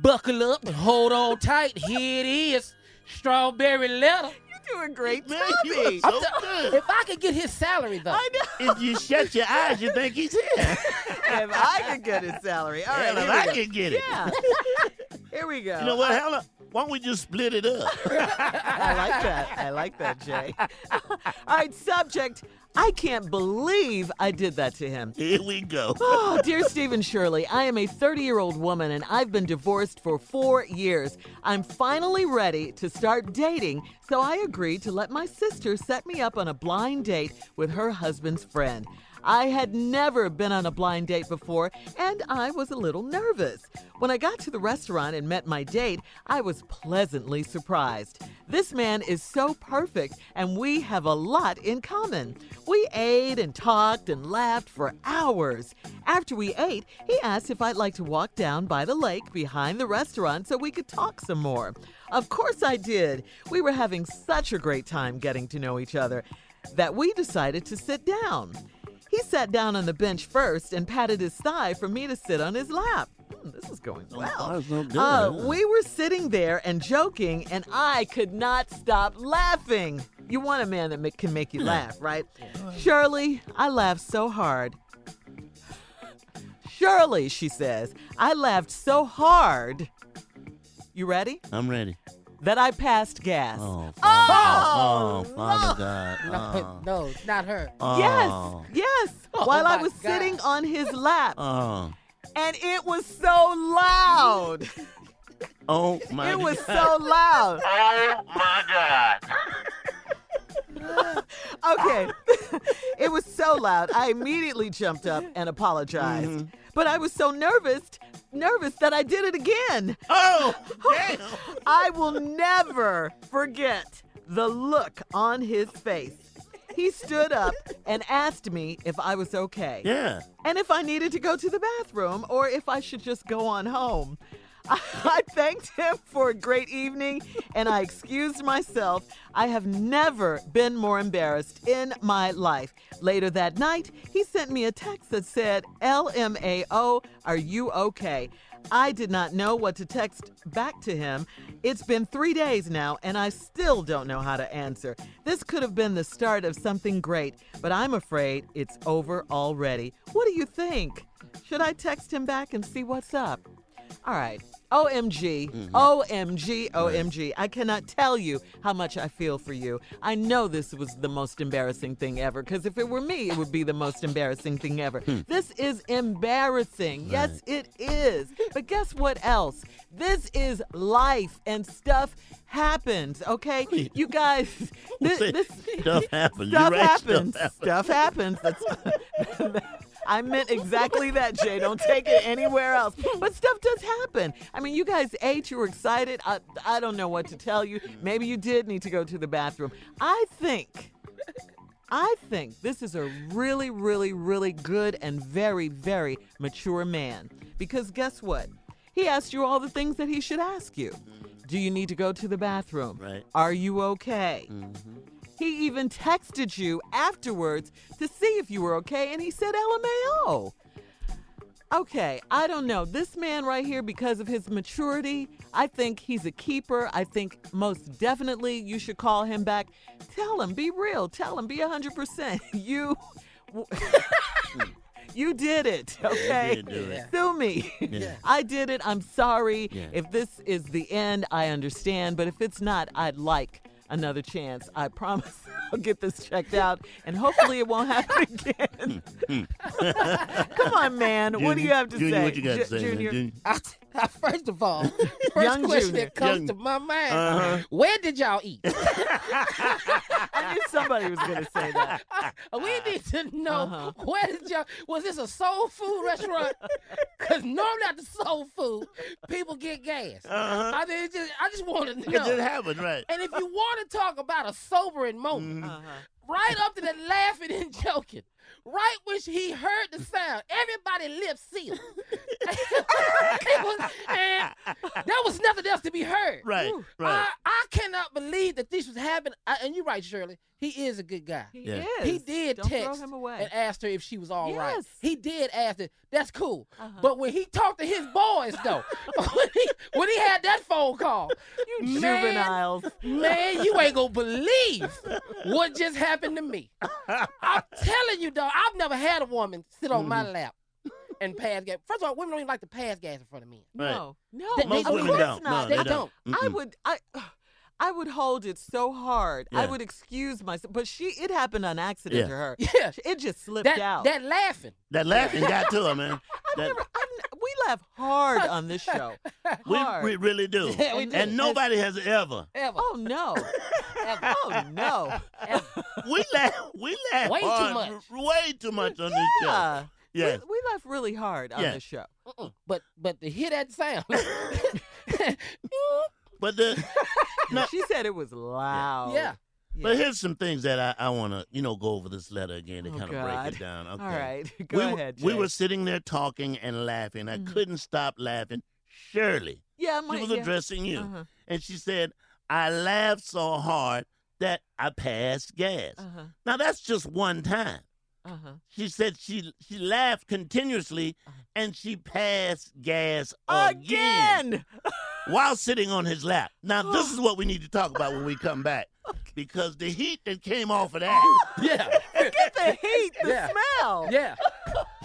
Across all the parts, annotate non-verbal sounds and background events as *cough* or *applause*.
Buckle up and hold on tight. Here it is. Strawberry letter. You're doing great, Man, you Tommy. are I'm so tell- good. if I could get his salary though. I know. If you shut your eyes, you think he's here. if I could get his salary. All right, Hell, if here I we go. can get it. Yeah. here we go. You know what, Hella? Why don't we just split it up? *laughs* I like that. I like that, Jay. *laughs* All right, subject. I can't believe I did that to him. Here we go. Oh, dear Stephen Shirley, I am a 30 year old woman and I've been divorced for four years. I'm finally ready to start dating, so I agreed to let my sister set me up on a blind date with her husband's friend. I had never been on a blind date before and I was a little nervous. When I got to the restaurant and met my date, I was pleasantly surprised. This man is so perfect and we have a lot in common. We ate and talked and laughed for hours. After we ate, he asked if I'd like to walk down by the lake behind the restaurant so we could talk some more. Of course I did. We were having such a great time getting to know each other that we decided to sit down. He sat down on the bench first and patted his thigh for me to sit on his lap. Hmm, this is going well. that's not good, Uh, huh? we were sitting there and joking, and I could not stop laughing. You want a man that ma- can make you laugh, right? Shirley, I laughed so hard. Shirley, she says, I laughed so hard. You ready? I'm ready. That I passed gas. Oh, Oh, Father, oh, Father *laughs* God. *laughs* no, not her. Oh, oh, Yes, yes. While I my was God. sitting on his lap, *laughs* Oh, and it was so loud. oh my It *laughs* *laughs* was God. so loud. Oh, my God. *laughs* Okay. it was so loud. I immediately jumped up and apologized. But I was so nervous, nervous that I did it again. Oh, damn. I will never forget the look on his face. He stood up and asked me if I was okay *laughs* Yeah. and if I needed to go to the bathroom or if I should just go on home. I, *laughs* I thanked him for a great evening and I excused myself. I have never been more embarrassed in my life. Later that night, he sent me a text that said, LMAO, are you okay? I did not know what to text back to him. It's been three days now, and I still don't know how to answer. This could have been the start of something great, but I'm afraid it's over already. What do you think? Should I text him back and see what's up? All right. OMG, OMG, OMG. I cannot tell you how much I feel for you. I know this was the most embarrassing thing ever because if it were me, it would be the most embarrassing thing ever. This is embarrassing. Yes, it is. But guess what else? This is life and stuff happens, okay? You guys, this, Say, this stuff happens. You Stuff right, *laughs* stuff happens. Stuff happens. That's, *laughs* I meant exactly that, Jay. Don't take it anywhere else. But stuff does happen. I mean, you guys ate, you were excited. I, I don't know what to tell you. Maybe you did need to go to the bathroom. I think. I think this is a really, really, really good and very, very mature man. Because guess what? He asked you all the things that he should ask you. Do you need to go to the bathroom? Right. Are you okay? He even texted you afterwards to see if you were okay, and he said LMAO. Okay, I don't know. This man right here, because of his maturity, I think he's a keeper. I think most definitely you should call him back. Tell him, be real. Tell him, be 100%. *laughs* You. You did it, okay? did do it. Sue me. Yeah. *laughs* I did it. I'm sorry. Yeah. If this is the end, I understand. But if it's not, I'd like another chance. I promise *laughs* I'll get this checked out and hopefully it won't happen *laughs* again. Come on, man. what do you Junior- have to Junior, say? What you got to Ju- say, man? Junior? Junior? I, I- first of all, first Young question Junior. that comes Young- to my mind: Uh-huh. Where did y'all eat? I knew somebody was going to say that. Uh, we need to know Uh-huh. where did y'all. Was this a soul food restaurant? Because normally at the soul food, people get gas. Uh-huh. I mean, it just, I just want to It know. just happened, right? and if you want to talk about a sobering moment, *laughs* Uh-huh. right up to that laughing and joking, right when he heard the sound, everybody lips sealed. *laughs* It was- and there was nothing else to be heard. Right, Whew. right. I, I cannot believe that this was happening. I, and you're right, Shirley. He is a good guy. He Yeah. is. He did Don't text throw him away. and asked her if she was all right. Yes. He did ask her. That's cool. Uh-huh. But *laughs* when he talked to his boys, though, when, he, when he had that phone call. You Juveniles. Man, you ain't gonna believe what just happened to me. I'm telling you, dog, I've never had a woman sit on my Mm-hmm. lap and pass gas. First of all, women don't even like to pass gas in front of men. Right. No, no, They- Most of women course don't. Not. No, They they don't. I Mm-mm. would I I would hold it so hard. I Yeah. would excuse myself, but she it happened on accident Yeah. to her. Yeah, It just slipped that out. that laughing. That laughing got to her, *laughs* man. I've That, never, I've, ne- we laugh hard on this *laughs* show. we, Hard. we really do. Yeah, we do. And nobody has ever. Ever. oh *laughs* no! ever. Oh no! ever. *laughs* We laugh. We laugh Way too hard, much. r- Way too much on this show. Yeah, Yes. we, we laugh really hard on Yeah. this show. Mm-mm. But but to hear that *laughs* sound, But the *laughs* No. She said it was loud. yeah. Yeah. but here's some things that I, I want to you know go over this letter again to Oh, kind of God. break it down. Okay. All right, *laughs* go we, were- ahead. we Jay. were sitting there talking and laughing. I Mhm. couldn't stop laughing. Shirley, yeah, my, she was yeah. addressing you, Uh-huh, and she said, "I laughed so hard that I passed gas." uh-huh, Now that's just one time. uh-huh. She said she she laughed continuously, Uh-huh. and she passed gas Again. again. while sitting on his lap. Now, this *sighs* is what we need to talk about when we *laughs* come back because the heat that came off of that. Oh, yeah, Get the heat, the Yeah. smell. yeah,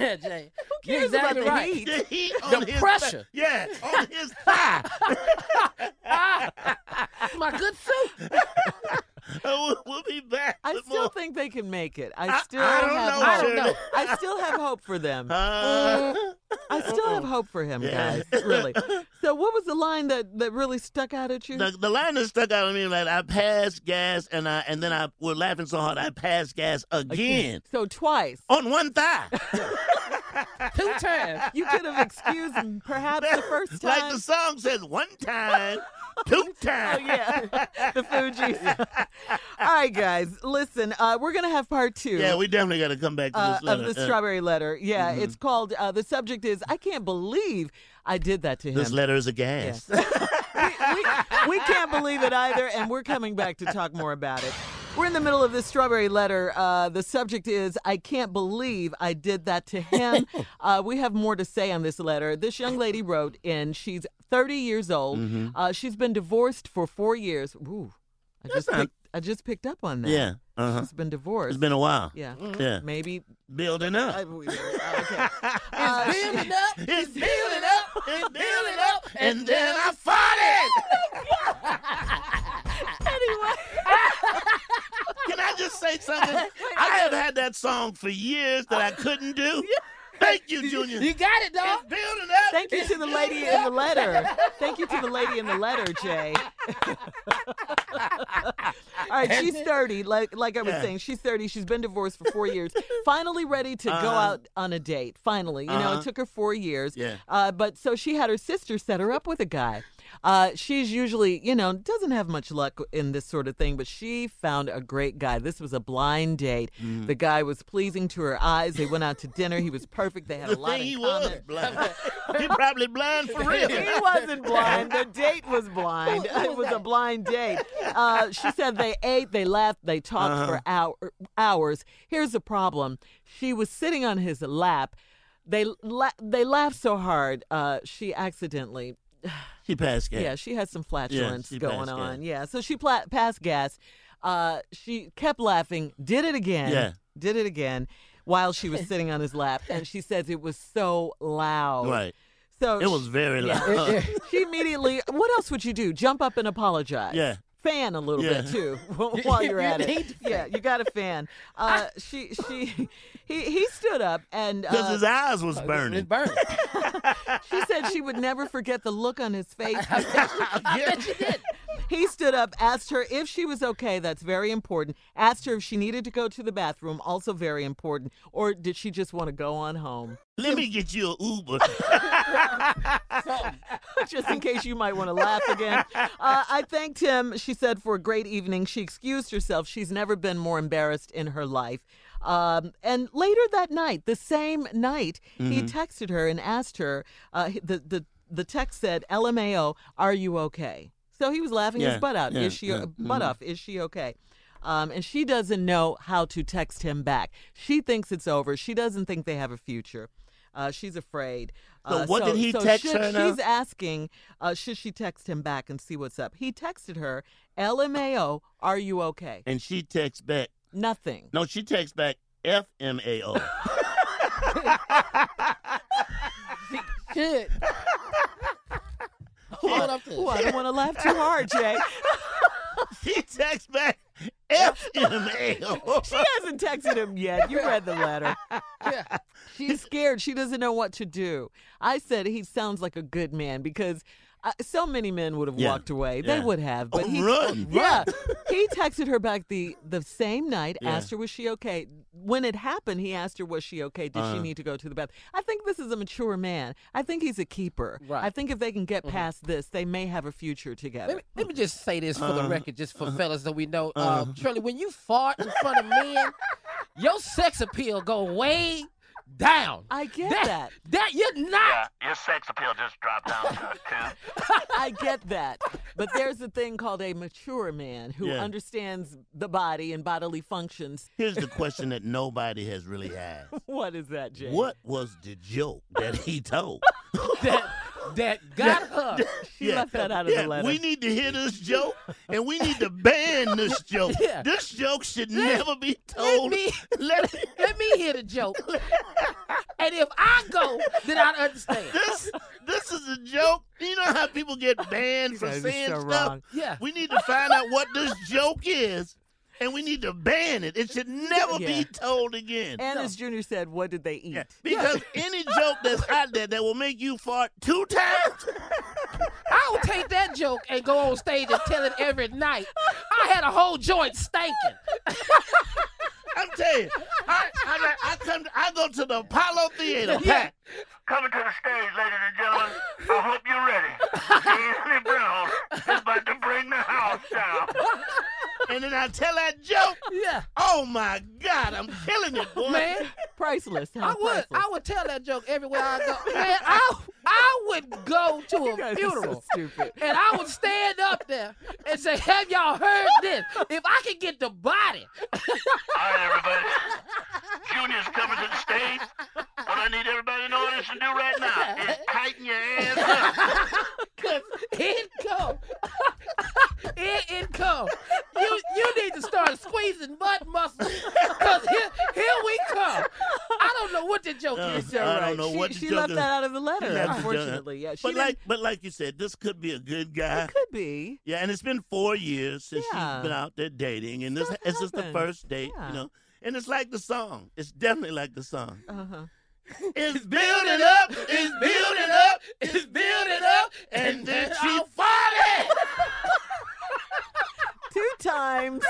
yeah, Jay. Who cares You're exactly about the right. heat? *laughs* The heat on his pressure. Thigh. Yeah, *laughs* on his thigh. *laughs* Ah, my good suit. *laughs* we'll, we'll be back. I with still more- think they can make it. I I- still I don't have know, I hope. don't know. I still have hope for them. *laughs* Uh, I still have hope for him, Yeah. guys. *laughs* Really. So, what was the line that that really stuck out at you? the, the line that stuck out on me like I passed gas and I and then I were laughing so hard I passed gas again, So *laughs* twice. on one thigh. Two times. You could have excused him perhaps *laughs* the first time. *laughs* like the song says, one *laughs* time, two Oh times. *laughs* yeah, the Fugees. All right, guys, listen. Uh, we're gonna have part two. Yeah, we definitely got to come back to uh, this of letter. the Uh, strawberry letter. Yeah, mhm. it's called. Uh, the subject is I can't believe I did that to him. This letter is a gas. we, we can't believe it either, and we're coming back to talk more about it. We're in the middle of this strawberry letter. Uh, the subject is I can't believe I did that to *laughs* him. uh, we have more to say on this letter. This young lady wrote in, she's 30 years old. Mhm. Uh, she's been divorced for four years. Ooh, I just, not- picked, I just picked up on that. Yeah. Uh huh. She's been divorced. It's been Mm. a while. yeah. Yeah. Maybe. Building I- up. *laughs* okay. Uh, she- Building up, *laughs* It's building up, It's building up, And then I fought it. anyway. *laughs* Can I just say something? I have had that song for years that I couldn't do. Thank you, Junior. You got it, dog. It's building up. Thank you to the lady in the letter. Thank you to the lady in the letter, Jay. All right, she's 30. Like, like I was Yeah. saying, she's 30. She's been divorced for four *laughs* years. Finally ready to go Uh-huh. out on a date. Finally. You know, Uh-huh. it took her four years. Yeah. Uh, but so she had her sister set her up with a guy. Uh, she's usually, you know, doesn't have much luck in this sort of thing, but she found a great guy. This was a blind date. Mm. The guy was pleasing to her eyes. They went out to dinner. He was perfect. They had The a lot thing he in was common blind. *laughs* he probably blind for *laughs* real. he wasn't blind. The date was blind. Who- who it was was a that? blind date. Uh, she said they ate, they laughed, they talked for hour, hours. Here's the problem: she was sitting on his lap. They la- they laughed so hard, uh, she accidentally. She passed gas. Yeah, she had some flatulence she going passed on. gas. Yeah, so she pla- passed gas. Uh, she kept laughing, did it again, Yeah. did it again, while she was sitting on his lap, and she says it was so loud. Right. So It was *laughs* very Yeah. loud. uh, she immediately. What else would you do? Jump up and apologize. Yeah. Fan a little Yeah. bit too *laughs* while *laughs* you're You at need it. to Yeah, you got a *laughs* fan. Uh, she she he he stood up and Because uh, *laughs* his eyes was It's *laughs* burning. burning. she said she would never forget the look on his *laughs* face. I bet you did. He stood up, asked her if she was okay. That's very important. Asked her if she needed to go to the bathroom. Also very important. Or did she just want to go on home? Let me get you a Uber. *laughs* just in case you might want to laugh again. Uh, I thanked him, she said, for a great evening. She excused herself. She's never been more embarrassed in her life. Um, and later that night, the same night, Mm-hmm. he texted her and asked her, uh, he- the, the, the text said, LMAO, are you okay? So he was laughing Yeah, his butt out. yeah, is she uh, yeah. mm-hmm. butt off? Is she okay? Um, and she doesn't know how to text him back. She thinks it's over. She doesn't think they have a future. Uh, she's afraid. So Uh, what did he so text should- her now? She's asking, uh, should she text him back and see what's up? He texted her, LMAO, are you okay? And she texts back. Nothing. No, she texts back FMAO. Shit. Hold up to Ooh, "Oh, I don't want to laugh too hard, Jay. she texts back FMAO. She hasn't texted him yet. You read the letter. *laughs* yeah. She's scared. She doesn't know what to do. I said he sounds like a good man because uh, so many men would have Yeah. walked away. They Yeah. would have, but Oh, he run. *laughs* Yeah, he texted her back the the same night. Yeah. Asked her was she okay. When it happened, he asked her was she okay. Did she Uh-huh. need to go to the bath? I think this is a mature man. I think he's a keeper. Right. Mm-hmm. I think if they can get past this, they may have a future together. Let me, let me just say this for the Uh, record, just for fellas so we know. uh. um, Shirley, when you fart in front of men, your sex appeal go way down. I get That- that. That you're not. your sex appeal just dropped down to a two. I get that. But there's a thing called a mature man who Yeah. understands the body and bodily functions. *laughs* Here's the question that nobody has really asked. What is that, Jay? What was the joke that he told? That that got her. She left that out of yeah, the letter. We need to hear this joke, and we need to ban this joke. Yeah. This joke should Let- never be Let told. me *laughs* Let it- let me hear the joke. And if I go, then I understand. this this is a joke. You know how people get banned for guys are saying so stuff. wrong. Yeah. We need to find out what this joke is, and we need to ban it. It should never Yeah. be told again. And as Junior said, what did they *laughs* eat? Yeah, Because any joke that's out there that will make you fart two times, I would take that joke and go on stage and tell it every night. I had a whole joint stinking. I'm telling you, I, I, got- I come, to- I go to the Apollo Theater. *laughs* Yeah. Pat. Coming to the stage, ladies and gentlemen. I hope you're ready. Anthony Brown is about to bring the house down. And then I tell that joke. Yeah. Oh my God, I'm killing it, boy. Man, Priceless. Huh? I would Priceless. I would tell that joke everywhere I *laughs* go. Man, I I would go to You a guys are so funeral. stupid. And I would stand up there and say, Have y'all heard this? If I could get the body. All right, everybody. Junior's coming to the stage. What I need everybody in the audience to do right now is tighten your ass up. Cause it come. *laughs* it, it come. You you need to start squeezing butt muscles. Cause here, here we come. I don't know what the joke Uh, is. *laughs* I don't know she, what she the left joke that out of the letter, She left the joke. unfortunately. Yeah, she But didn't- like, uh, but like you said, this could be a good guy. could be. Yeah, and it's been four years since Yeah. she's been out there dating, and this Stuff it's just the happens. first date, Yeah. you know. And it's like the song. It's definitely like the song. Uh-huh. It's building up, it's building up, It's building up, and then she I'll- *laughs* farted. Two *laughs* times.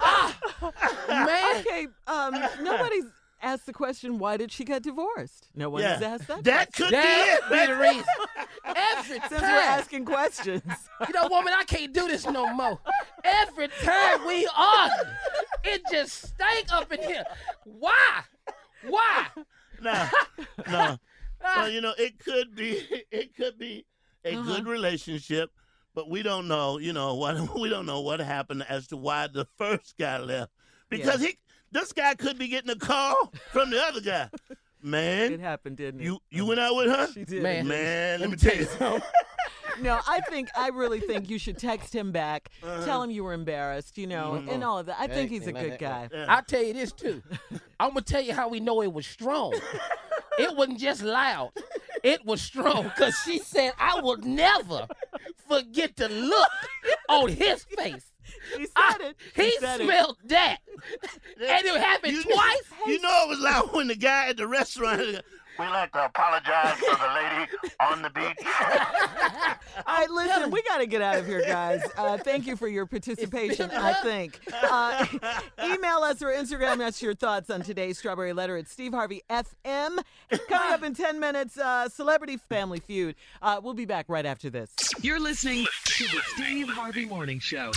Ah, man. Okay, um, nobody's asked the question, why did she get divorced? No one's Yeah. asked that. That could That be be it. the reason. Every question. *laughs* Since we're time, asking questions. you know, woman, I can't do this no more. Every time we argue, it just stank up in here. Why? Why? No, no. Well, you know, it could be, *laughs* it could be a Uh-huh. good relationship, but we don't know. You know what? *laughs* We don't know what happened as to why the first guy left because he, this guy could be getting a call from the other guy. It Man, happened, didn't it? you you went out with her? She did. Man. Man, let me tell you something. No, I think I really think you should text him back, tell him you were embarrassed, you know, and all of that. I think he's a Anything good like guy. that. I'll tell you this too. I'm gonna tell you how we know it was strong. it wasn't just loud. It was strong because she said, "I will never forget the look on his face." He said I- it. Ah, he said it. smelled that, and it happened You- twice. You know it was loud when the guy at the restaurant. We like to apologize for the lady on the beach. All right, listen, we got to get out of here, guys. *laughs* Uh, thank you for your participation, I think. Uh, email us or Instagram us your thoughts on today's Strawberry Letter at Steve Harvey FM. Coming up in 10 minutes, uh, Celebrity Family Feud. Uh, we'll be back right after this. You're listening to the Steve Harvey Morning Show.